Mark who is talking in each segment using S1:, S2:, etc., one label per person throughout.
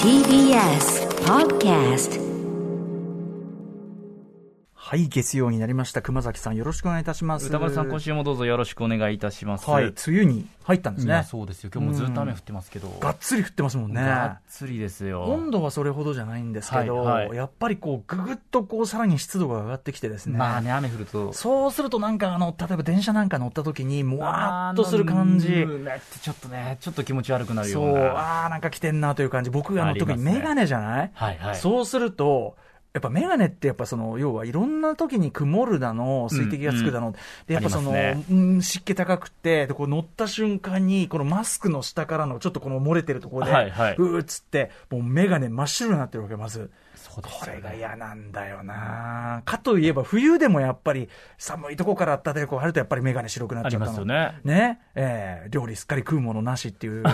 S1: TBS Podcast
S2: はい、月曜になりました。熊崎さん、よろしくお願いいたします。
S3: 歌丸さん、今週もどうぞよろしくお願いいたします。
S2: はい、梅雨に入ったんです
S3: いや
S2: ね。
S3: そうですよ。今日もずっと雨降ってますけど。
S2: がっつり降ってますもんね。
S3: がっつりですよ。
S2: 温度はそれほどじゃないんですけど、
S3: はいはい
S2: やっぱりこう、ぐぐっとこう、さらに湿度が上がってきてですね。
S3: まあね、雨降ると。
S2: そうするとなんかあの、例えば電車なんか乗った時に、もわーっとする感
S3: あ
S2: じ
S3: ー。うんねってちょっとね、ちょっと気持ち悪くなるよ
S2: そうう、
S3: な。
S2: あーなんか来てんなという感じ。僕があ
S3: あ
S2: の、
S3: りま
S2: 特
S3: すね
S2: にメガネじゃない
S3: はいはい。
S2: そうすると、やっぱメガネって、やっぱその、要はいろんな時に曇るだの、水滴がつくだの、で、やっぱその、
S3: ありま
S2: うん、湿気高くて、で、こう乗った瞬間に、このマスクの下からの、ちょっとこの漏れてるところで、
S3: はいはいう
S2: ーっつって、もうメガネ真っ白になってるわけ、まず。
S3: そうです
S2: こ
S3: よね
S2: れが嫌なんだよなかといえば、冬でもやっぱり、寒いとこから暖かいとこ入ると、やっぱりメガネ白くなっちゃったの
S3: ありますよね
S2: ね、えー料理すっかり食うものなしっていう、 こ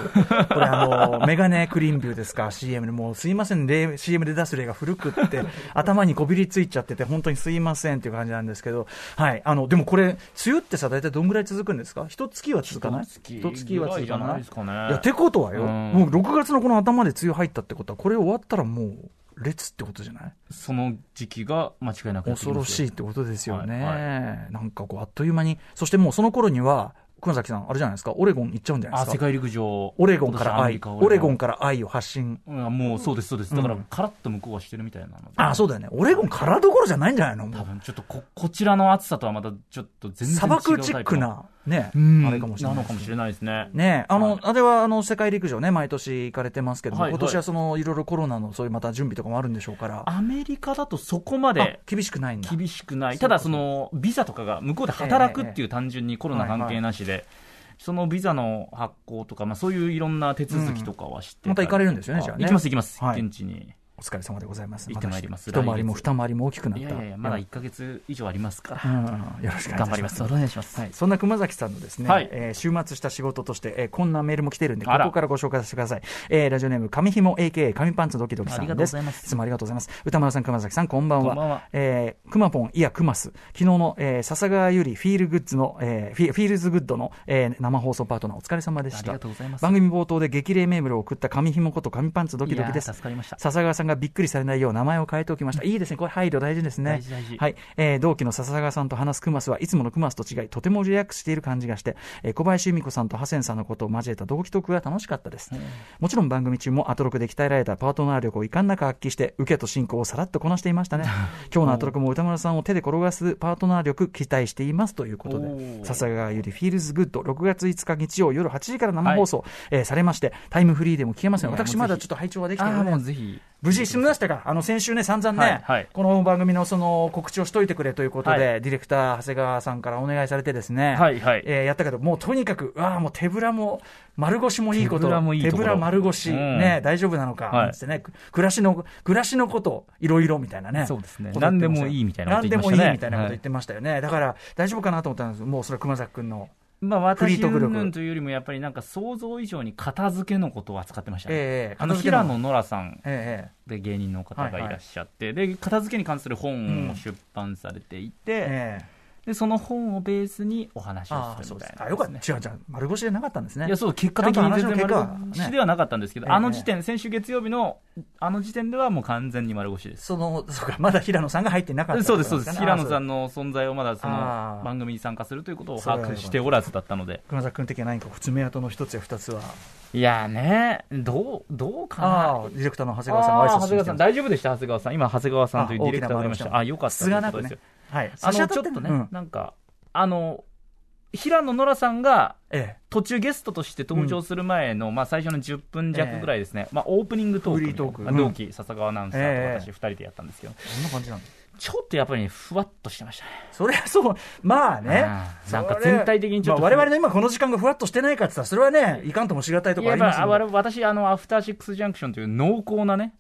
S2: れあの、メガネクリーンビューですか、CM で、もうすいません、例 CM で出す例が古く って、頭にこびりついちゃってて、本当にすいませんっていう感じなんですけど、はい、あの、でもこれ、梅雨ってさ、大体どんぐらい続くんですか一月は続かない
S3: 一月
S2: は続か
S3: ぐらいじゃな
S2: ない
S3: いですかね
S2: いや、てことはよ、
S3: うん
S2: もう6月のこの頭で梅雨入ったってことは、これ終わったらもう、列ってことじゃない
S3: その時期が間違いなくやってき
S2: 恐
S3: ますよ
S2: ろしいってことですよね、
S3: はい
S2: なんかこう、あっという間に、そしてもうその頃には、熊崎さん、あれじゃないですか、オレゴン行っちゃうんじゃない
S3: あ、
S2: です
S3: 世
S2: か、
S3: 界陸上。
S2: オレゴンから
S3: 今
S2: 愛、
S3: 年アメリカ
S2: オレゴン。から愛を発信、
S3: うんもうそうです、そうです。だから
S2: うん、
S3: カラッと向こうはしてるみたいなので。
S2: あそうだよね、オレゴンからどころじゃないんじゃないの、も
S3: 多
S2: う
S3: 分、ちょっとこ、こちらの暑さとはまたちょっと全然違うタイプ
S2: 砂
S3: の。
S2: 漠チックな、ね、
S3: うん、
S2: あれかもしれない
S3: の
S2: です
S3: か
S2: ね
S3: もしれないですね。
S2: ねあの、
S3: はい
S2: あれはあの世界陸上ね、毎年行かれてますけども、
S3: はいはい
S2: 今年はそのいろいろコロナのそういうまた準備とかもあるんでしょうから、
S3: アメリカだとそこま
S2: あ
S3: で
S2: 厳しくないんだ。
S3: 厳しくない、
S2: そ
S3: た
S2: うか
S3: だそのビザとかが向こうで働くっていう単純にコロナ関係なしで、そのビザの発行とか、まあ、そういういろんな手続きとかはして、
S2: うんまた行かれるんですよねじゃあね
S3: 行きます、行きます、
S2: はい
S3: 現地に。
S2: お疲れ様でございます。
S3: 行ってまいります
S2: 一回りも
S3: 来月
S2: 二回りも大きくなった。
S3: いやいやいや、まだ1か月以上ありますから、
S2: うんよろしくお願いいたします。
S3: 頑張ります、お願いします。
S2: はい、そんな熊崎さんのですね、
S3: はい
S2: えー週末した仕事として、えーこんなメールも来てるんで、こ
S3: あら
S2: こからご紹介させてください。えーラジオネーム、紙ひも AKA 紙パンツドキドキさんです。
S3: ありがとうございます
S2: つもありがとうございます。歌丸さん、熊崎さん、こんばんは。
S3: こんばんは
S2: えー、くまぽん、いや、くます。昨日の、えー笹川ゆりフィールグッズの、えーフィフィールズグッドの、えー生放送パートナーお疲れ様でした。
S3: ありがとうございます
S2: 番組冒頭で激励メールを送った紙ひもこと紙パンツドキドキで
S3: い
S2: す
S3: やー。助かりました
S2: 笹川さんがびっくりされないよう名前を変えておきました。いいですね。これ配慮大事ですね。
S3: 大事大事
S2: はい。えー同期の笹川さんと話すクマスはいつものクマスと違い、とてもリラックスしている感じがして、えー小林由美子さんとハセンさんのことを交えた同期トークが楽しかったです。もちろん番組中もアトロクで鍛えられたパートナー力を遺憾なく発揮して、受けと進行をさらっとこなしていました ね。今日のアトロクも歌丸さんを手で転がすパートナー力期待していますということ
S3: お
S2: で、
S3: ー
S2: 笹川ゆりフィールズグッド6月5日日曜夜8時から生放送、えーされまして、タイムフリーでも聞けますよ。
S3: いやもうぜ
S2: 私
S3: ひ
S2: まだちょっと拝聴はでき
S3: あ
S2: てない
S3: ーもうぜひ、
S2: 無事済みましたかあの、先週ね、散々ね、
S3: はいはい
S2: この番組のその告知をしといてくれということで、
S3: は
S2: ディレクター、長谷川さんからお願いされてですね、
S3: はいはい
S2: えーやったけど、もうとにかく、うわあもう手ぶらも、丸腰もいいこと、
S3: 手ぶらもいいところ
S2: 丸腰、
S3: うん
S2: ね、大丈夫なのか、
S3: はい
S2: なんつってね、く暮らしの、暮らしのこと、いろいろみたいなね。
S3: そうですね
S2: こと言ってましたよ
S3: 何でもいいみたいなこと言ってまし
S2: 何で
S3: たね
S2: もいいみたいなこと言ってましたよね。だから、大丈夫かなと思ったんですもうそれは熊崎君の。
S3: まあ、
S2: フリー
S3: 私
S2: トーク力
S3: うんぬんというよりも、やっぱりなんか想像以上に片付けのことを扱ってましたね、
S2: ええ
S3: あの
S2: 片付けの
S3: 平野ノラさん
S2: え
S3: で芸人の方がいらっしゃって、で片付けに関する本を出版されて
S2: え
S3: い
S2: え
S3: て、
S2: ええ
S3: でその本をベースにお話
S2: あ
S3: を
S2: あ、
S3: す
S2: そう
S3: るみ
S2: です
S3: たい
S2: あ、
S3: な
S2: よ
S3: です
S2: か
S3: ね、
S2: った。違う違う、丸腰じゃなかったんですね。
S3: いやそう結果的に全然
S2: ちゃんと
S3: 丸
S2: 話の結果はね
S3: 腰ではなかったんですけど、
S2: ええ
S3: あの時点、先週月曜日のあの時点ではもう完全に丸腰です。
S2: その、そうか、まだ平野さんが入ってなかったって
S3: そ
S2: こと
S3: うです、そう
S2: な
S3: で
S2: かね
S3: す、平野
S2: あ
S3: さ
S2: そうん
S3: の存在をまだその
S2: あー
S3: 番組に参加するということを
S2: そうだ
S3: 把
S2: よ
S3: 握しておらずだったので、
S2: 熊崎君的には何か爪痕の一つや二つは、
S3: いやーね、どうどうかな、
S2: ああ、ディレクターの長
S3: 長谷
S2: 谷川さんが挨拶してきてます
S3: 大丈夫でした、長谷川さん。今、長谷川さんというディレクターがいました。あ、よかった。
S2: すがなく
S3: という
S2: ね
S3: こ。
S2: はい。
S3: とですよあ
S2: 差
S3: の、
S2: し
S3: ち
S2: 当
S3: ょったと
S2: て
S3: ね、
S2: うん
S3: なんか、あの、平野ノラさんが、
S2: ええ。
S3: 途中ゲストとして登場する前の、まあ最初の10分弱ぐらいですね、まあオープニングトークみたいな
S2: フリートーク
S3: まあ
S2: うん
S3: 同期、笹川アナウンサーと
S2: ええ
S3: 私2人でやったんですけど、
S2: どんな感じなの
S3: ちょっとやっぱりね、ふわっとしてましたね。
S2: それはそう、まあね
S3: あ。あ
S2: それ
S3: なんか全体的にちょっと
S2: まあ我々の今この時間がふわっとしてないかって言ったら、それはね、いかんともしがたいと
S3: い
S2: こ
S3: や
S2: あ
S3: やっ
S2: り
S3: ぱ
S2: ます
S3: あ
S2: んで
S3: わ私、あの、アフターシックスジャンクションという濃厚なね、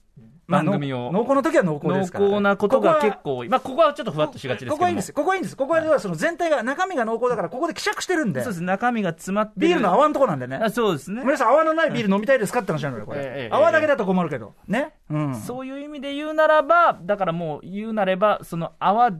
S2: まあ
S3: 番組を。
S2: 濃厚の時は濃厚
S3: 濃
S2: ですから。
S3: 厚なことが
S2: ここは
S3: 結構、まあここはちょっとふわっとしがちですけども
S2: ここはいいんです。ここはいいんです。ここはその全体が、中身が濃厚だから、ここで希釈してるんで
S3: そうで、す、中身が詰まってる
S2: ビールの泡のとこなんでね。
S3: あそうですね。
S2: 皆さん泡のないビール飲みたいですかって話なのよこ
S3: えええ
S2: れ
S3: え
S2: 泡だけだと困るけどねうん
S3: そういう意味で言うならば、だからもう言うなれば、その泡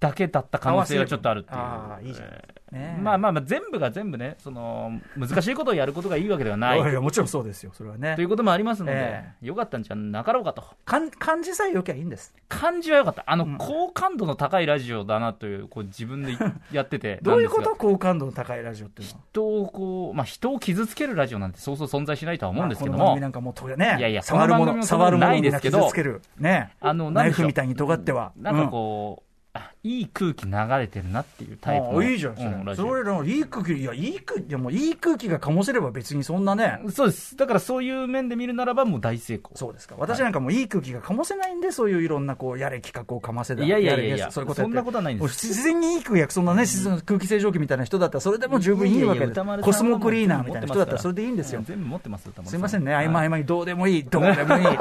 S3: だけだった可能性がちょっとあるっていう。
S2: ああいいじゃないですかね
S3: まあまあまあ全部が全部ね、その難しいことをやることがいいわけではないい
S2: やいやもちろんそうですよそれはね
S3: ということもありますので、
S2: え
S3: よかったんじゃなかろうかと、
S2: 漢漢字さえ良きゃいいんです
S3: 感じはよかった、あの、
S2: うん
S3: 好感度の高いラジオだなという、こう自分でやってて、
S2: どういうこ
S3: なん
S2: と
S3: ですが
S2: 好感度の高いラジオっていうのは
S3: 人をこう、まあ、人を傷つけるラジオなんてそうそう存在しないとは思うんですけど
S2: まあこの番
S3: も
S2: 組、なんかもうとやね
S3: いやいや
S2: 触るも
S3: この番
S2: の
S3: 組も
S2: 触るもの
S3: な
S2: み
S3: い
S2: ん
S3: です
S2: な
S3: けど
S2: 傷つけるね
S3: あの
S2: ナイ
S3: な
S2: フ
S3: ん
S2: み
S3: でしょ
S2: たいに尖っては
S3: うなんかこう、あいい空気流れてるなっていうタイプ
S2: あ
S3: の
S2: あいいじゃんそれ,、
S3: うんラジ
S2: そ
S3: オ
S2: れらのいい空気いやいい空気いやもういい空気が醸せれば別にそんなね
S3: そうです、だからそういう面で見るならば、もう大成功。
S2: そうですか私なんかもういい空気が醸せないんで、そういういろんなこうやれ企画をかませだ
S3: いやいやいやいや
S2: れゲストそういうことやって
S3: そんなことはないんです
S2: もう自然にいい空気やそんなね、自然空気清浄機みたいな人だったらそれでも十分いいわけ
S3: いやいや
S2: で
S3: 歌丸さん
S2: コスモクリーナーみたいな人だったらそれでいいんです
S3: う
S2: よ
S3: ん全部持ってますよ、
S2: すいませんね、
S3: あ
S2: 合間合間にどうでも いい、どうでもいい、ね、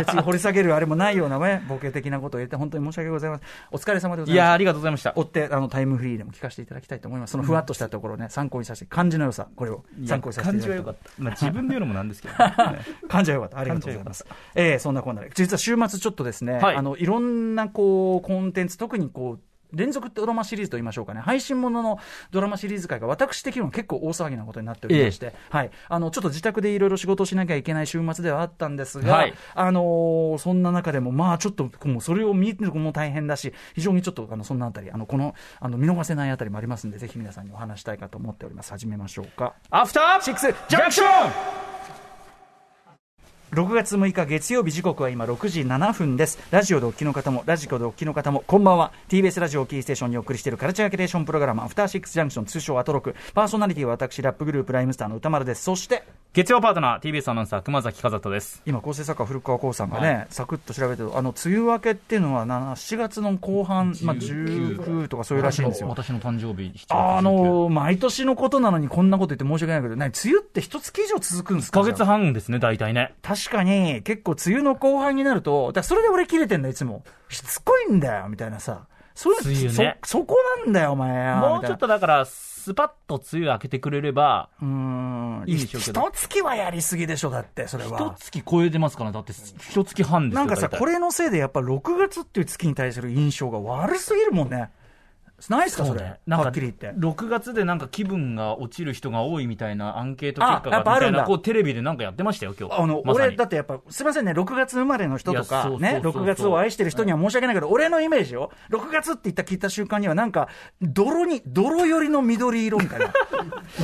S2: 別に掘り下げるあれもないようなね、ボケ的なことを言って、本当に申し訳ございません。お疲れ様でござ
S3: い
S2: い
S3: やー
S2: ます。
S3: ありがとうございました
S2: 追。ってあのタイムフリーでも聞かせていただきたいと思います。そのふわっとしたところをね、参考にさせて、漢字の良さ、これを参考にさせてい
S3: 感
S2: た
S3: じ
S2: だきた
S3: は良か
S2: い
S3: っ。た。まあ、自分で言うのもなんですけど、 ね。
S2: 感じは良かった。ありがとうございます。えーそんなこんなで、実は週末ちょっとですね、
S3: はい
S2: あの、いろんなこう、コンテンツ、特にこう、連続ドラマシリーズと言いましょうかね、配信もののドラマシリーズ界が私的には結構大騒ぎなことになっておりまして、はい、あのちょっと自宅でいろいろ仕事をしなきゃいけない週末ではあったんですが、
S3: はい
S2: あのーそんな中でも、まあちょっともうそれを見るのも大変だし、非常にちょっとあのそんなあたり、あのこのあの見逃せないあたりもありますんで、ぜひ皆さんにお話したいかと思っております。始めましょうか。
S3: アフターシックスジャンクション
S2: 6月6日月曜日時刻は今6時7分ですラジオでお聞きの方もラジコでお聞きの方もこんばんは TBS ラジオをキーステーションにお送りしているカルチャーキュレーションプログラムアフターシックスジャンクション通称アトロクパーソナリティは私ラップグループライムスターの歌丸ですそして
S3: 月曜パートナー、TBS アナウンサー、熊崎和人です。
S2: 今構成作家古川光さんがね、サクッと調べてるあの梅雨明けっていうのはな7月の後半、まあ、
S3: 19
S2: 19とかそういうらしいんですよ
S3: 私の誕生日、7月
S2: あの毎年のことなのにこんなこと言って申し訳ないけど、何梅雨って一月以上続くんです
S3: 1
S2: か
S3: ヶ月半ですね、大体ね。
S2: 確かに、結構梅雨の後半になると、だからそれで俺切れてんだ、いつも。しつこいんだよ、みたいなさ。そういう、
S3: 梅雨ね
S2: そ、そこなんだよ、お前や。
S3: も
S2: み
S3: う
S2: たい
S3: ちょ
S2: な
S3: っとだから、スパッと梅雨明けてくれれば、
S2: うーん。
S3: いいでしょうけど
S2: 一月はやりすぎでしょ、だって、それは。
S3: 月超えてますから、だって、一月半で
S2: なんかさ、こ、れのせいでやっぱ6月っていう月に対する印象が悪すぎるもんね。ないっすか、
S3: そ
S2: そうれ。
S3: ね。なん
S2: は
S3: か、
S2: っきり言って。
S3: 6月でなんか気分が落ちる人が多いみたいなアンケート
S2: あ
S3: 結果
S2: やっぱあ
S3: が、みた
S2: るん
S3: い
S2: だ
S3: な、こう、テレビでなんかやってましたよ、今日。
S2: あの、
S3: まさに
S2: 俺、だってやっぱ、すみませんね、6月生まれの人と
S3: いや
S2: か
S3: そう、
S2: ね、
S3: そうそうそう
S2: 6月を愛してる人には申し訳ないけど、俺のイメージよ、6月って言った聞いた瞬間には、なんか、泥に、泥寄りの緑色み たいな。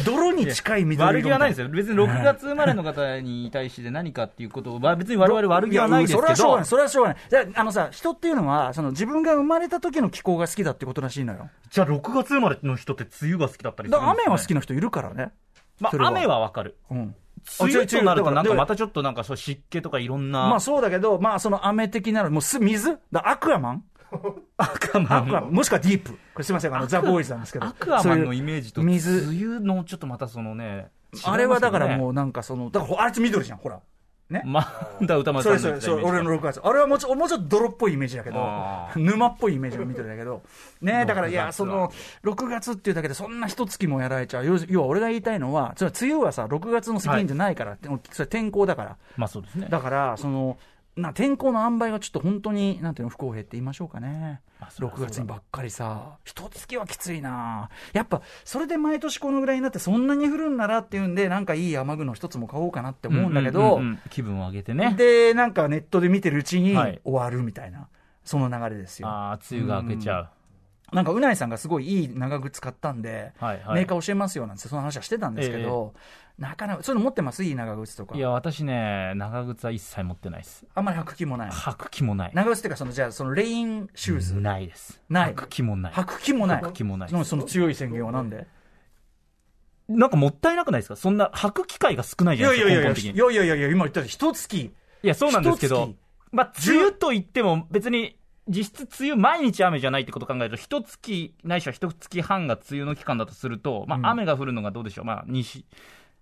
S2: 泥に近い緑色
S3: 悪
S2: みた
S3: 気
S2: いな。
S3: はないですよ、別に6月生まれの方に対して何かっていうことを、まあ別に我々悪気はないです
S2: や
S3: け
S2: それはしょうがない、
S3: ど、
S2: それはしょうがない。じゃあ、あのさ、人っていうのは、その自分が生まれた時の気候が好きだってことらしいのよ。
S3: じゃあ6月生まれの人って梅雨が好きだったりす
S2: だ
S3: る
S2: から雨は好き
S3: な、
S2: な人いるからね。
S3: ま
S2: それは
S3: あ、雨はわかる、
S2: うん。
S3: 梅雨となると、なん
S2: あ違う違うだか
S3: からまたちょっとなんかそう湿気とかいろん
S2: ま
S3: な
S2: あ、そうだけど、まあその雨的なの、もうす水だアクアマン
S3: 赤
S2: アクアもしくはディープ。これすみません、あの、ザ・ボーイズなんですけど。
S3: アクアマンのイメージと、
S2: そうい
S3: 梅
S2: う水。
S3: 雨のちょっとまたそのね、
S2: あれはだからも
S3: う、
S2: うなんかその、だからほあいつ緑じゃん、ほら。ね。
S3: まあ、だから歌
S2: そ
S3: 丸さん
S2: れ
S3: の
S2: そ
S3: 言っ
S2: れそれ
S3: てたイメージ
S2: 俺の6月あれはもうちょもうちょっと泥っぽいイメージだけど
S3: あ
S2: 沼っぽいイメージの緑だけどねだからい
S3: 6月
S2: や
S3: は
S2: その6月っていうだけでそんな一月もやられちゃう要す要は俺が言いたいのはそれは梅雨はさ6月の責任じゃないから、でもそれ天候だから
S3: まあそうですね、
S2: だからそのな天候の塩梅がちょっと本当になんていうの不公平って言いましょうかね
S3: まあそれは
S2: 6
S3: そうだ
S2: 月にばっかりさ一月はきついなやっぱそれで毎年このぐらいになってそんなに降るんならっていうんでなんかいい雨具の一つも買おうかなって思うんだけ
S3: う
S2: ど
S3: んうんうん気分を上げてね、
S2: でなんかネットで見てるうちに
S3: は
S2: 終
S3: い
S2: わるみたいなその流れですよ
S3: ああ、梅雨が明けちゃう。
S2: なんかうないさんがすごいいい長靴買ったんで
S3: はいはい
S2: メーカー教えますよなんてその話はしてたんですけどなかなかそういうの持ってますいい長靴とか
S3: いや、私ね、長靴は一切持ってないです。
S2: あんまり履く気もない
S3: 履く気もない。
S2: 長靴っていうかそのじゃあそのレインシューズ
S3: ないです。
S2: ない
S3: 履く気もない。
S2: 吐く気もない。
S3: 吐く気もない
S2: んでその強い宣言はなんで
S3: なんかもったいなくないですかそんな履く機会が少ない
S2: い
S3: じゃ
S2: や
S3: ない
S2: い
S3: です
S2: や
S3: か、
S2: いやいや、い
S3: 根本的に。い
S2: やいやいや、今言ったで、一月。
S3: や、そうなんですけ
S2: 一
S3: ど
S2: 月、
S3: まあ、梅雨と言っても、別に、実質梅雨毎日雨じゃないってことを考えると、一月、ないしは一月半が梅雨の期間だとすると、ま
S2: うん
S3: あ、雨が降るのがどうでしょう。まあ、西、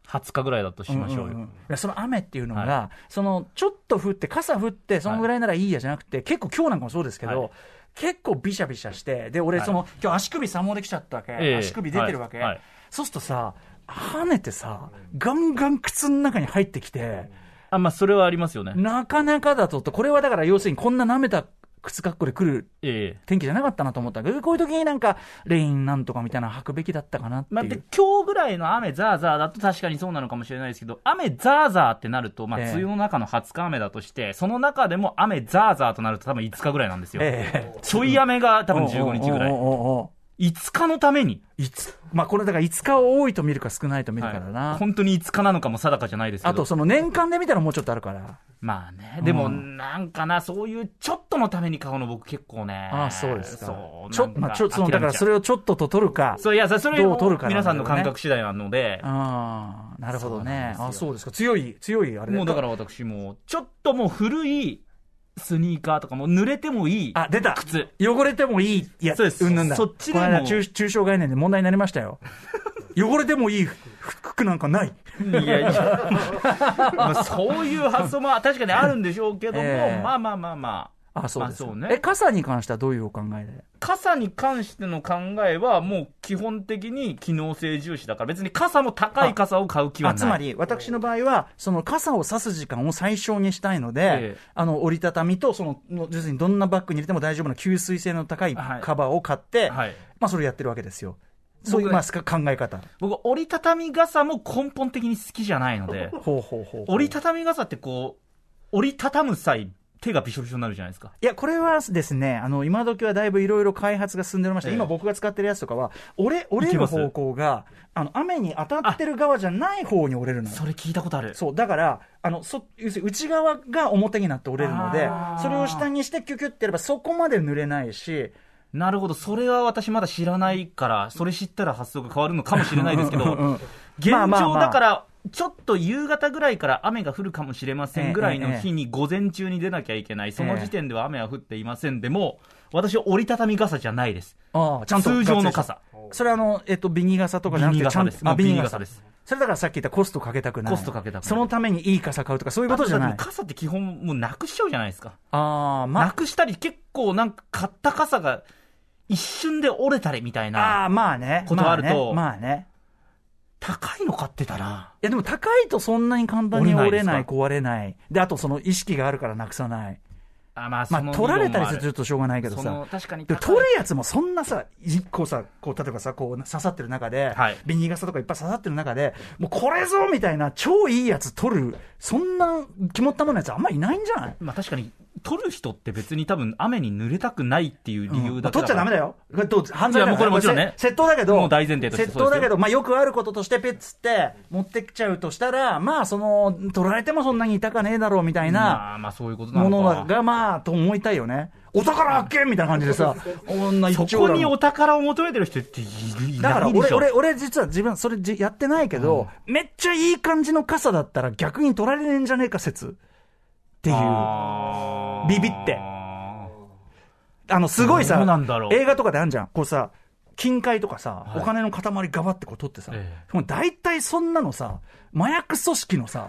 S3: 20日ぐらいだとしましょうよ。
S2: んんんいやその雨っていうのが、そのちょっと降って、傘降って、そのぐらいならいいやじゃなくて、結構今日なんかもそうですけど、
S3: はい
S2: 結構びしゃびしゃして、で、俺、その、今日足首3毛できちゃったわけ、
S3: ええ
S2: 足首出てるわけ、
S3: はいはい
S2: そうするとさ、跳ねてさ、ガンガン靴の中に入ってきて、
S3: あ、まあ、それはありますよね。
S2: なかなかだとと、これはだから要するにこんな舐めた靴格好で来る
S3: ええ
S2: 天気じゃなかったなと思ったけど、こういう時になんか、レインなんとかみたいなの履くべきだったかなって
S3: まあ、
S2: い
S3: で
S2: う。
S3: 今日ぐらいの雨ザーザーだと確かにそうなのかもしれないですけど、雨ザーザーってなると、まあ、
S2: ええ
S3: 梅雨の中の20日雨だとして、その中でも雨ザーザーとなると多分5日ぐらいなんですよ。
S2: ええ
S3: ちょい雨が多分15日ぐら
S2: おう
S3: い。
S2: おうおうおう
S3: 5日のために、
S2: いつ、まあこれだから5日を多いと見るか少ないと見るかだな。
S3: 本当に5日なのかも定かじゃないですけ
S2: あ
S3: ど
S2: と、その年間で見たらもうちょっとあるから。
S3: まあね、でも
S2: う
S3: なんかな、そういうちょっとのために買うの僕結構ね。
S2: ああ、そうですか。
S3: そう。
S2: ちょ、まあちょ、その、だからそ
S3: れ、
S2: れをちょっとと取るか。
S3: そういや、それ
S2: どう取るかなんだよね
S3: 皆さんの感覚次第なので、
S2: ああ、なるほどね。
S3: そうなん
S2: あ
S3: ですよ
S2: そうですか。強い、強い、あれ。
S3: もうだからら私も、ちょっともう古いスニーカーとかもう濡れてもいい
S2: あ、出た
S3: 靴。
S2: 汚れてもいい。いや、
S3: そうです
S2: んぬんだ。
S3: そっちでも
S2: この間中、中小概念で問題になりましたよ。汚れてもいい服服なんかない。
S3: いやいや、 まあそういう発想も確かにあるんでしょうけども、
S2: ええ
S3: まあまあまあまあ。
S2: あそうですか
S3: まあそうね
S2: え、傘に関してはどういうお考えで
S3: 傘に関しての考えは、もう基本的に機能性重視だから、別に傘も高い傘を買う気は
S2: あ
S3: ない。
S2: つまり、私の場合は、その傘を差す時間を最小にしたいので、
S3: ええ
S2: あの折りたたみと、そのの要するにどんなバッグに入れても大丈夫な吸水性の高い
S3: はい
S2: カバーを買って、
S3: はい
S2: まあ、それやってるわけですよ。そういう、
S3: 僕
S2: まあ、すか考え方。
S3: 僕、折りたたみ傘も根本的に好きじゃないの で、
S2: ほうほうほう
S3: 折りたたみ傘ってこう、折りたたむ際、手がびしょびしょになるじゃないですか。
S2: いや、これはですね、あの、今時はだいぶいろいろ開発が進んでおりまして、
S3: ええ
S2: 今僕が使ってるやつとかは、折れ、折れ
S3: いけ
S2: る
S3: ます
S2: 方向が、あの、雨に当たってる側じゃない方に折れるのよ。
S3: それ聞いたことある。
S2: そう、だから、あの、そ、要するに内側が表になって折れるので
S3: あー、
S2: それを下にしてキュキュってやればそこまで濡れないし、
S3: なるほど、それは私まだ知らないから、それ知ったら発想が変わるのかもしれないですけ ど、
S2: うん
S3: 現
S2: まあまあ
S3: 状
S2: まあ
S3: だから、ちょっと夕方ぐらいから雨が降るかもしれませんぐらいの日に午前中に出なきゃいけない、その時点では雨は降っていませんでも、私は折りたたみ傘じゃないです。
S2: ああ、ちゃんと。
S3: 通常の。傘。
S2: それはあの、えっと、ビニ傘とかじゃなく
S3: ビニ
S2: て、ちゃ
S3: 傘
S2: ん
S3: で
S2: と
S3: す。、もうビニ傘で。
S2: ビニ
S3: す。
S2: それだからさっき言ったコストかけたくない。
S3: コストかけたくない
S2: そのためにいい傘買うとか、そういうことじゃな
S3: あ
S2: い
S3: と。傘って基本もうなくしちゃうじゃないですか。
S2: ああ、ま
S3: な
S2: あ、
S3: くしたり結構なんか買った傘が一瞬で折れたりみたいな。
S2: ああ、まあね。
S3: ことあると
S2: まあね。まあね
S3: 高いの買ってたら。
S2: いやでも高いとそんなに簡単に折
S3: 折
S2: れ
S3: れ
S2: な、
S3: ないいですか
S2: 壊れない。で、あとその意識があるからなくさない。
S3: あま
S2: ま
S3: あそ
S2: あ
S3: の
S2: 取られたりする
S3: 理論もあ
S2: とちょっとしょうがないけど
S3: そ
S2: さ
S3: の。確かに
S2: で
S3: 高
S2: も
S3: い。
S2: 取るやつもそんなさ、一個さ、こう、例えばさ、こう、刺さってる中で、
S3: はい
S2: ビニール傘とかいっぱい刺さってる中で、もうこれぞみたいな、超いいやつ取る、そんな、肝ったものやつあんまいないんじゃない
S3: まあ確かに、取る人って別に多分雨に濡れたくないっていう理由だけ
S2: 取っちゃダメ
S3: だ
S2: だよ。これどう犯罪だ
S3: いやもうこれもちろんね
S2: せ窃盗だけど、
S3: もう大前提として
S2: 窃盗だけど、まあよくあることとして、ペッツって持ってきちゃうとしたら、まあその、取られてもそんなに痛かねえだろうみたいな
S3: まあまあそういうことな
S2: もの
S3: の
S2: が、
S3: か。
S2: まあ、と思いたいよね。お宝発見みたいな感じでさ、女
S3: そこにお宝を求めてる人っていい
S2: だから
S3: いな
S2: 俺、
S3: いでしょ
S2: 俺、俺実は自分、それじやってないけど、めっちゃいい感じの傘だったら逆に取られねえんじゃねえか説。っていう。あ
S3: あー
S2: ビビっての、すごいさ
S3: どうなんだろ、う
S2: 映画とかであんじゃん。こうさ、金塊とかさ、お金の塊ガバってこう取ってさ、
S3: え
S2: もう大体そんなのさ、麻薬組織のさ、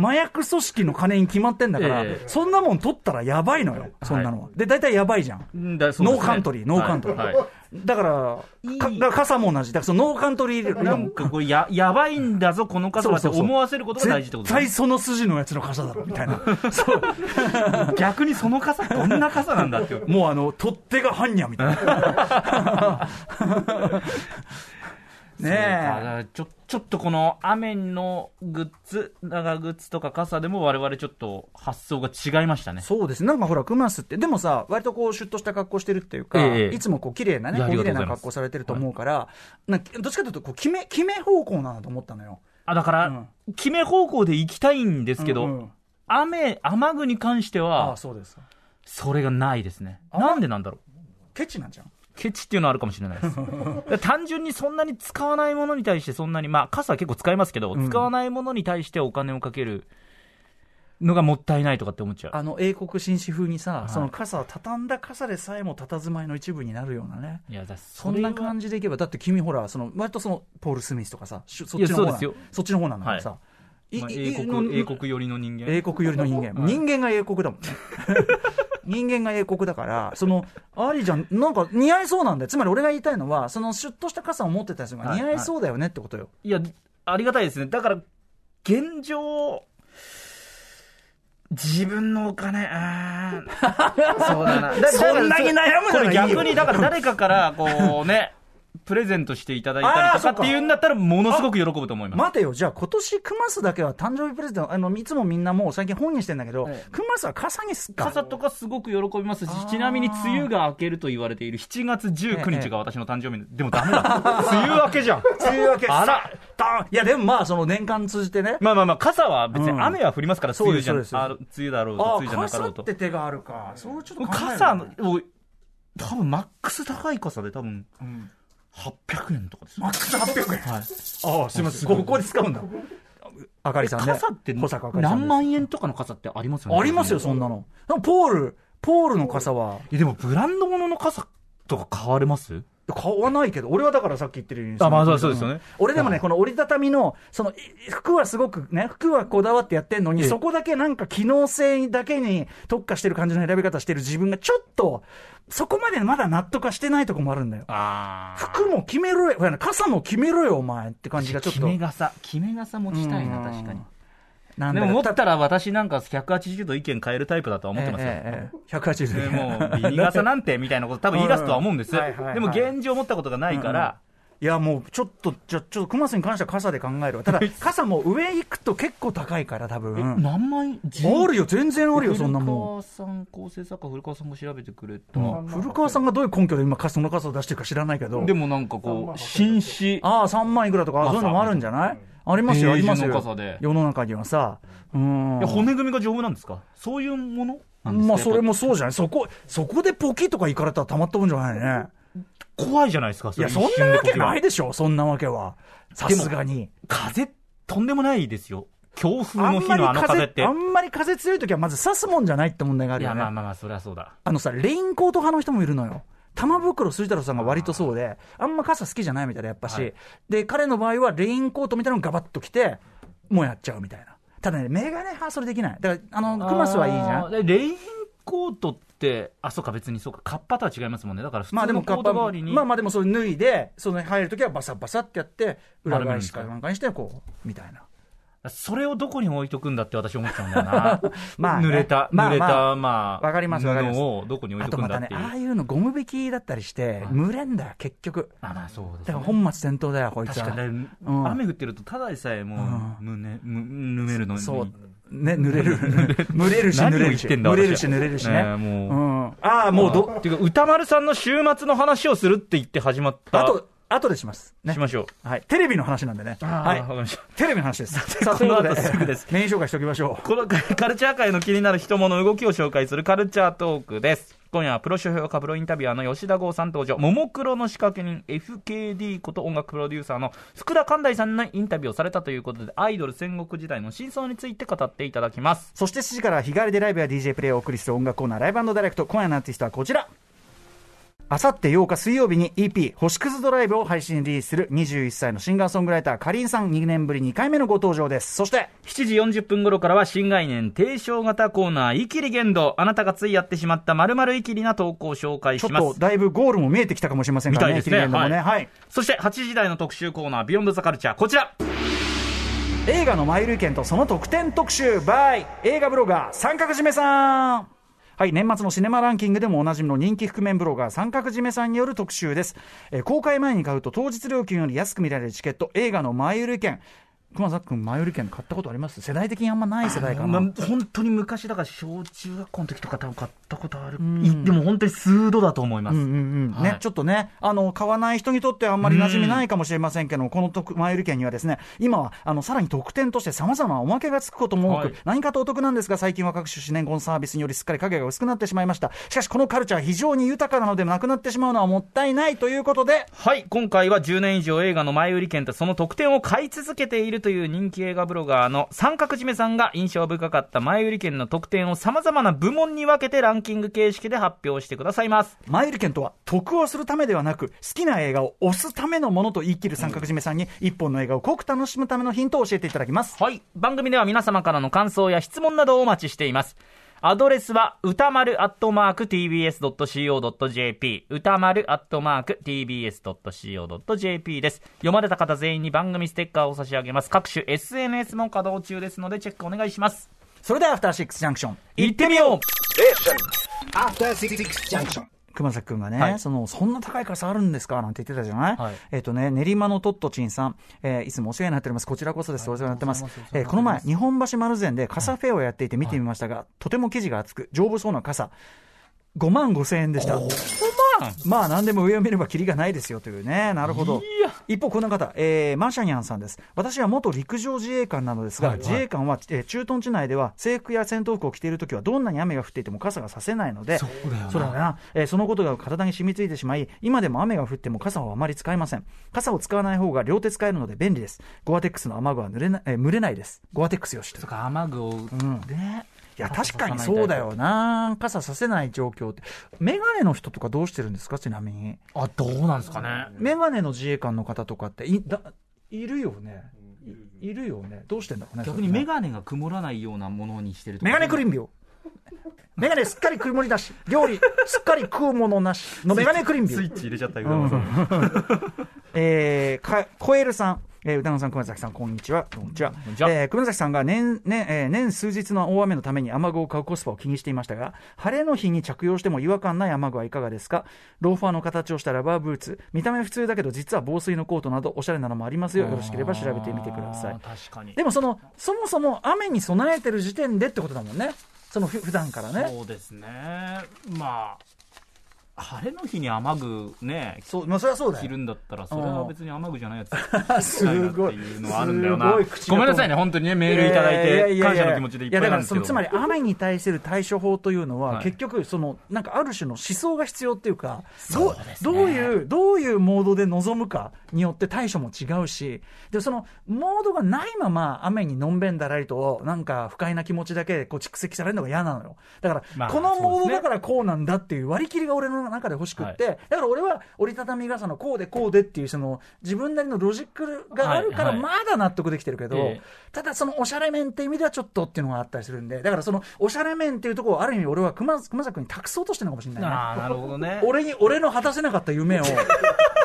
S2: 麻薬組織の金に決まってんだから、
S3: ええ
S2: そんなもん取ったらやばいのよ、そんなのは。で、大体やばいじゃん。
S3: うんだそうで
S2: ノ
S3: すね
S2: ーカントリー、ノーカントリー。
S3: はいはい
S2: だから、かだから傘も同じ。だからそのノーカントリー理論
S3: なんかこうや、やばいんだぞ、この傘はって
S2: そうそうそう
S3: 思わせることが大事ってこと
S2: 絶対その筋のやつの傘だろみたいな そう
S3: 逆にその傘、どんな傘なんだっていう。
S2: もうあの取っ手が般若み たいな
S3: そうかだか
S2: ねえ
S3: らちょちょっとこの雨のグッズ、長靴とか傘でも、我々ちょっと発想が違いましたね。
S2: そうですなんかほら、クマスって、でもさ、割とこう、シュッとした格好してるっていうか、
S3: ええ
S2: いつもこう、綺麗なね、
S3: いや
S2: こ
S3: あ
S2: う
S3: り
S2: 綺
S3: が
S2: 麗
S3: とうござ
S2: ない
S3: ます
S2: 格好されてると思うから、なんかどっちかというとこう、決め、決め方向なんだと思ったのよ。
S3: あだから、決め方向で行きたいんですけど、
S2: うんうん
S3: 雨、雨具に関して
S2: あ
S3: は
S2: あ、、そうですか。
S3: それがないですね。
S2: あ
S3: なんでなんだろう。
S2: ケチなんじゃん。
S3: ケチっていうのはあるかもしれないです。だから単純にそんなに使わないものに対して、そんなに、まあ、傘は結構使いますけど、
S2: ん
S3: 使わないものに対してお金をかけるのがもったいないとかって思っちゃう。
S2: あの、英国紳士風にさ、
S3: い
S2: その傘、畳んだ傘でさえも佇まいの一部になるようなね。
S3: いや、だ
S2: そんな感
S3: じ。
S2: じでいけば、だって君ほら、その割とそのポール・スミスとかさ、しゅそっ
S3: いや
S2: ちの方
S3: そう
S2: な
S3: ですよ
S2: そっちの方なのよさ、い
S3: まあ
S2: い
S3: 英
S2: の
S3: 国、英国寄りの人間。
S2: 英国寄りの人間、人間が英国だもんね。 人間が英国だから、その、ありじゃん、なんか似合いそうなんだよ。つまり俺が言いたいのは、そのシュッとした傘を持ってた人が
S3: はい
S2: 似合いそうだよねってことよ。
S3: いや、ありがたいですね。だから、現状、自分のお金、あーそうだな。だ
S1: そんなに悩むな
S3: これ
S1: らいいよ
S3: 逆に、だから誰かから、こうね、プレゼントしていただいたりとかっていうんだったら、ものすごく喜ぶと思います。
S2: 待てよ、じゃあ今年クマスだけは誕生日プレゼント、あのいつもみんなもう最近本にしてんだけど、
S3: ええ
S2: クマスは傘にすっか。
S3: 傘とかすごく喜びますし、ちなみに梅雨が明けると言われている7月19日が私の誕生日、でもダメだ。梅雨明けじゃん。
S2: というわけ
S3: あら
S2: たいや、でもまあ、その年間通じてね。
S3: まあまあまあ、傘は別に雨は降りますから、
S2: うん
S3: 梅雨じゃん。
S2: そうですそうです
S3: あ梅雨だろうと、
S2: あ
S3: 梅雨じゃなか
S2: 傘
S3: ろ
S2: っ
S3: うと。
S2: て手があるか。そうちょっと考えるね
S3: 傘を、多分マックス高い傘で多分
S2: ん、
S3: 800円とかです。
S2: マックス800円。
S3: はい。
S2: ああ、すみません。ここで使うんだ。あかりさんね。
S3: 傘って
S2: 保坂あかりさんです
S3: 何万円とかの傘ってありますよね。
S2: ありますよ、そんなの。でもポール、ポールの傘は、
S3: えでもブランド物の傘とか買われます
S2: 買わないけど、俺はだからさっき言ってるように。
S3: あまあ
S2: の
S3: そうですよね
S2: 俺でもね、この折りたたみの、その、い服はすごくね、服はこだわってやってんのに、
S3: ええ
S2: そこだけなんか機能性だけに特化してる感じの選び方してる自分がちょっと、そこまでまだ納得はしてないとこもあるんだよ。
S3: ああ。
S2: 服も決めろよ、ほら傘も決めろよ、お前って感じがちょっ
S3: 決
S2: と。
S3: め傘。決め傘持ちたいな、
S2: うん
S3: 確かに。
S2: なん
S3: で
S2: だ
S3: も
S2: か
S3: 持ったら私なんか180度意見変えるタイプだとは思ってますよ。
S2: ええええ180
S3: で
S2: で
S3: もう、ビニ傘なんてみたいなこと多分言い出すとは思うんです。
S2: うんはいはいはい
S3: でも現状持ったことがないから、
S2: いやもうちょっと、じゃあちょっと熊瀬に関しては傘で考 えるわ、ただ、傘も上行くと結構高いから、多分あ
S3: 何万円
S2: るよ、全然あるよ、そんなもん。
S3: 古川さん、構成作家、古川さんが調べてくれた。
S2: うん古川さんがどういう根拠で今、かその傘を出してるか知らないけど、
S3: でもなんかこう、紳士。
S2: ああ、3万いくらとか、あそういうのもあるんじゃないありますよ、あります
S3: ベージュの
S2: よ
S3: 傘で、
S2: 世の中にはさ、うん
S3: いや、骨組みが丈夫なんですかそういうものなんですか
S2: まあ、それもそうじゃない、そこそこでポキとか行かれたらたまったもんじゃないね、
S3: 怖いじゃないですか、
S2: いや、そ
S3: れ
S2: ん
S3: 一
S2: な
S3: 瞬で
S2: わ
S3: こけ
S2: け
S3: る
S2: ないでしょ、そんなわけは、さすがに。
S3: 風、とんでもないですよ。強風
S2: あ
S3: の
S2: ん
S3: 日
S2: まり
S3: のあの風っ
S2: 風
S3: て。
S2: あんまり風強い時はまず刺すもんじゃないって問題があ
S3: い
S2: るよ
S3: や、
S2: ね。
S3: まあまあまあ、それはそうだ。
S2: あのさ、レインコート派の人もいるのよ。玉袋筋太郎さんが割とそうで、あんま傘好きじゃないみたいな、やっぱし、
S3: はい
S2: で、彼の場合はレインコートみたいなのガバッと着て、もうやっちゃうみたいな。ただね、メガネ派はそれできない。だから、あの、クマスはいいじゃ
S3: あ
S2: ん。
S3: ーでレインコートって、あ、そうか、別にそうか、カッパとは違いますもんね。だから、普通
S2: まあで
S3: の
S2: も
S3: コ
S2: カ
S3: ー
S2: ッパ
S3: ト代わりに。
S2: まあまあでもそれ脱いで、その入るときはバサバサってやって、裏
S3: 丸める
S2: 返
S3: んで
S2: し
S3: すか
S2: かなんかにして、こう、みたいな。
S3: それをどこに置いとくんだって私思っちゃうんだよな。
S2: まあね
S3: 濡れた、
S2: まあまあ
S3: 濡れた、まあ、
S2: わかりますわかります
S3: 布をどこに置い
S2: あと
S3: とく
S2: ま
S3: ん
S2: た
S3: だっ
S2: ね
S3: て、いう。
S2: ああいうのゴム引きだったりして、蒸れんだよ、結局。
S3: あまあそうです
S2: だから
S3: ね。
S2: 本末転倒だよ、こいつ
S3: 確
S2: は。
S3: かに、
S2: うん
S3: 雨降ってると、ただでさえもう、胸、むぬめるのに。
S2: そう。ね、濡れる。 濡れるし、
S3: 何
S2: 濡
S3: を
S2: れ
S3: 言
S2: る
S3: っ
S2: し。
S3: てんだ
S2: 濡れるし、
S3: 私は
S2: 濡れるし
S3: ね
S2: ね。
S3: えもう
S2: うん。ああ、もうど、
S3: ていうか、歌丸さんの週末の話をするって言って始まった。
S2: あと、あとでします。ね
S3: し。ましょう。
S2: はい。テレビの話なんでね。は
S3: わか
S2: い。
S3: りました。
S2: テレビの話です。さあ、と
S3: こ
S2: いう
S3: の
S2: こ
S3: 後
S2: とです
S3: ぐです。
S2: メイン紹介しておきましょう。
S3: このカカルチャー界の気になる人物動きを紹介するカルチャートークです。今夜はプロ書評家プロインタビュアーの吉田剛さん登場、ももクロの仕掛け人 FKD こと音楽プロデューサーの福田寛大さんのインタビューをされたということで、アイドル戦国時代の真相について語っていただきます。
S2: そして7時から日帰りでライブや DJ プレイをお送りする音楽コーナーライブダイレクト。今夜のアーティストはこちら。あさって8日水曜日に EP 星屑ドライブを配信リリースする21歳のシンガーソングライターかりんさん2年ぶり2回目のご登場です。そして、
S3: 7時40分頃からは新概念提唱型コーナー、イキリ言動。あなたがついやってしまった〇〇イキリな投稿を紹介
S2: ちょ
S3: し
S2: っ
S3: ます。
S2: とだいぶゴールも見えてきたかもしれませんからね。
S3: みたいですね
S2: イキリゲンドもね。
S3: はい
S2: はい
S3: そして8時台の特集コーナー、ビヨンドザカルチャー、こちら
S2: 映画の前売り券とその特典特集 by 映画ブロガー三角締めさんはい年末のシネマランキングでもおなじみの人気覆面ブロガー三角締めさんによる特集です、えー公開前に買うと当日料金より安く見られるチケット映画の前売り券熊崎君前売り券買ったことあります世代的にあんまない世代かな、
S3: まあ、本当に昔だから小中学校の時とか多分買ったことある、いでも本当に数度だと思います、
S2: うんうんうん
S3: はい
S2: ね、ちょっとね、あの、買わない人にとってはあんまり馴染みないかもしれませんけど、この特前売り券にはですね、今は、あの、さらに特典として様々なおまけがつくことも多く、
S3: はい
S2: 何かとお得なんですが、最近は各種資源ゴンサービスによりすっかり影が薄くなってしまいました。しかし、このカルチャーは非常に豊かなので、なくなってしまうのはもったいないということで、
S3: はい今回は10年以上映画の前売り券とその特典を買い続けているという人気映画ブロガーの三角締めさんが印象深かった前売り券の特典をさまざまな部門に分けてランキング形式で発表してくださいます
S2: 前売り券とは、得をするためではなく、好きな映画を推すためのものと言い切る三角締めさんに、一本の映画を濃く楽しむためのヒントを教えていただきます。
S3: はい。番組では皆様からの感想や質問などをお待ちしています。アドレスは、歌丸アットマーク tbs.co.jp、歌丸アットマーク tbs.co.jp です。読まれた方全員に番組ステッカーを差し上げます。各種 SNS も稼働中ですので、チェックお願いします。
S2: それではアフターシックスジャンクション
S3: 行ってみよう
S1: After Six Junction.
S2: 熊崎くんがね、
S3: はい
S2: その、そんな高いから差あるんですかなんて言ってたじゃない、
S3: はい
S2: えっ、とね、練馬のトットチンさん、えーいつもお世話になっております。こちらこそです。お世話になってます。えーこの前、日本橋丸善で傘フェアをやっていて見てみましたが、とても生地が厚く、丈夫そうな傘、5万5千円でした。まあ何でも上を見ればキリがないですよというね、なるほど。一方、この方、えーマシャニャンさんです。私は元陸上自衛官なのですが、自衛官は、えー駐屯地内では制服や戦闘服を着ているときは、どんなに雨が降っていても傘がさせないので、そうだよなえーそのことが体に染みついてしまい、今でも雨が降っても傘をあまり使いません。傘を使わない方が両手使えるので便利です。ゴアテックスの雨具は濡れな、えー蒸れないです。ゴアテックスよしと
S3: と。か雨具を、
S2: ん
S3: ね
S2: いや、確かにそうだよな。傘させない状況って。メガネの人とかどうしてるんですか、ちなみに。
S3: あどうなんですかね
S2: メガネの自衛官の方とかっていだいるよねいいるよねどうしてんだろうね
S4: 逆にメ
S2: ガ
S4: ガネが曇らないようなものにしてると
S2: メガネクリーン病メガネすっかり食い盛りなし料理すっかり食うものなしのメガネクリーン病
S3: ッチ入れちゃったけ
S2: えー、かコエルさん、えー、歌野さん、熊崎さん、こんにちは。こんにちは。
S3: んにちは
S2: えー熊崎さんが年、年、えー年数日の大雨のために雨具を買うコスパを気にしていましたが、晴れの日に着用しても違和感ない雨具はいかがですかローファーの形をしたラバーブーツ、見た目普通だけど実は防水のコートなどおしゃれなのもありますよ。よろしければ調べてみてください。
S3: 確かに
S2: でもその、そもそも雨に備えてる時点でってことだもんね。そのふ普段からね。
S3: そうですねまあ晴れの日に雨具ね
S2: そう、まあそれはそうだ
S3: 着
S2: よ。
S3: るんだったらそれは別に雨具じゃないや つ
S2: すごい。
S3: っていうのはあるんだよな
S2: すごい口が
S3: ごめんなさいね本当にねメールいただい
S2: ややや
S3: て
S2: や
S3: 感謝の気持ちでいっぱい
S2: やだ
S3: な
S2: から
S3: んです
S2: そ
S3: け
S2: の
S3: ど
S2: つまり雨に対する対処法というのは、
S3: はい
S2: 結局そのなんかある種の思想が必要っていうかどうどういうどういうモードで臨むかによって対処も違うしでそのモードがないまま雨にのんべんだらりとなんか不快な気持ちだけでこう蓄積されるのが嫌なのよだから、
S3: まあ
S2: このモー
S3: そうで
S2: ド
S3: すね
S2: だからこうなんだっていう割り切りが俺の中で欲しくって、だから俺は折りたたみ傘のこうでこうでっていうその自分なりのロジックがあるから
S3: はいはい
S2: まだ納得できてるけど、
S3: ええ
S2: ただそのおしゃれ面って意味ではちょっとっていうのがあったりするんで、だからそのおしゃれ面っていうところをある意味俺は熊熊崎君に託そうとしてるのかもしれない
S3: あーなるほどね
S2: ね。俺に、俺の果たせなかった夢を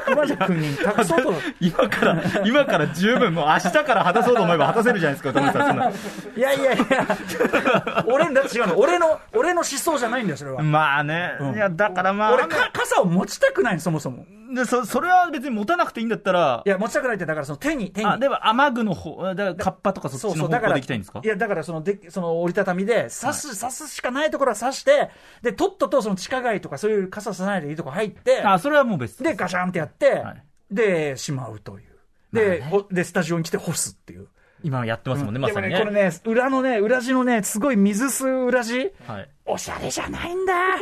S2: 熊崎君に託そうと。
S3: 今から今から十分もう明日から果たそうと思えば果たせるじゃないですか歌丸さんそんない
S2: やいやいや、俺の、だって違うの。俺の、俺の思想じゃないんだよ、それは。
S3: まあね、
S2: うん
S3: いやだからまあ
S2: 俺か、傘を持ちたくないのそもそも。
S3: 雨でそそれは別に持たなくていいんだったら
S2: いや、持ちたくないって、だからその手に、手に。
S3: あでも雨具の方だからカッパとかそっちの方向で行きたいんですか
S2: いや、だからそので、その折りたたみで、刺す、刺すしかないところは刺して、で、とっととその地下街とかそういう傘さないでいいとこ入って、
S3: あそれはもう別
S2: で、ガシャンってやって、
S3: はい
S2: で、しまうという。で、ほで、スタジオに来て干すっていう。
S3: 今やってますもんね、ま
S2: で
S3: さ
S2: も
S3: に
S2: ね、
S3: ね
S2: これね、裏のね、裏地のね、すごい水吸う裏地、
S3: はい、
S2: おしゃれじゃないんだ。な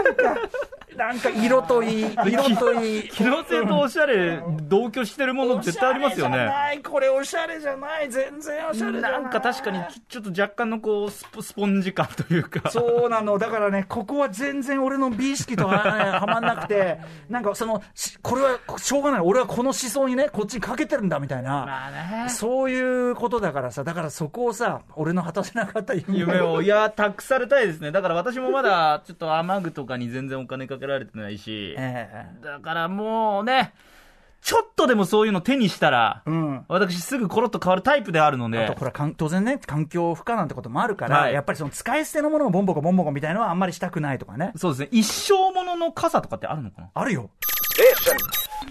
S2: んか、 なんか色といい、色といい。
S3: 機能性とおしゃれ同居してるもの絶対ありますよ
S2: おしゃれじゃ
S3: ね
S2: ない、これおしゃれじゃない、全然おしゃれじゃない。
S3: なんか確かにちょっと若干のこうスポスポンジ感というか
S2: そうなの、だからね、ここは全然俺の美意識とははまんなくて、なんかその、しこれはしょうがない、俺はこの思想にね、こっちにかけてるんだみたいな、そういうことだからさ、だからそこをさ、俺の果たせなかった夢
S3: 夢
S2: を。
S3: をいや託されたいですねだから私もまだちょっと雨具とかに全然お金かけられてないし
S2: え
S3: だからもうねちょっとでもそういうの手にしたら、
S2: えうん
S3: 私すぐコロッと変わるタイプであるの
S2: あと
S3: で
S2: ほらかん当然ね、環境負荷なんてこともあるから、
S3: はい
S2: やっぱりその使い捨てのものをボンボコボンボコみたいのはあんまりしたくないとかね、
S3: そうですね一生ものの傘とかってあるのかな
S2: あるよ、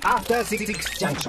S1: After Six Junction.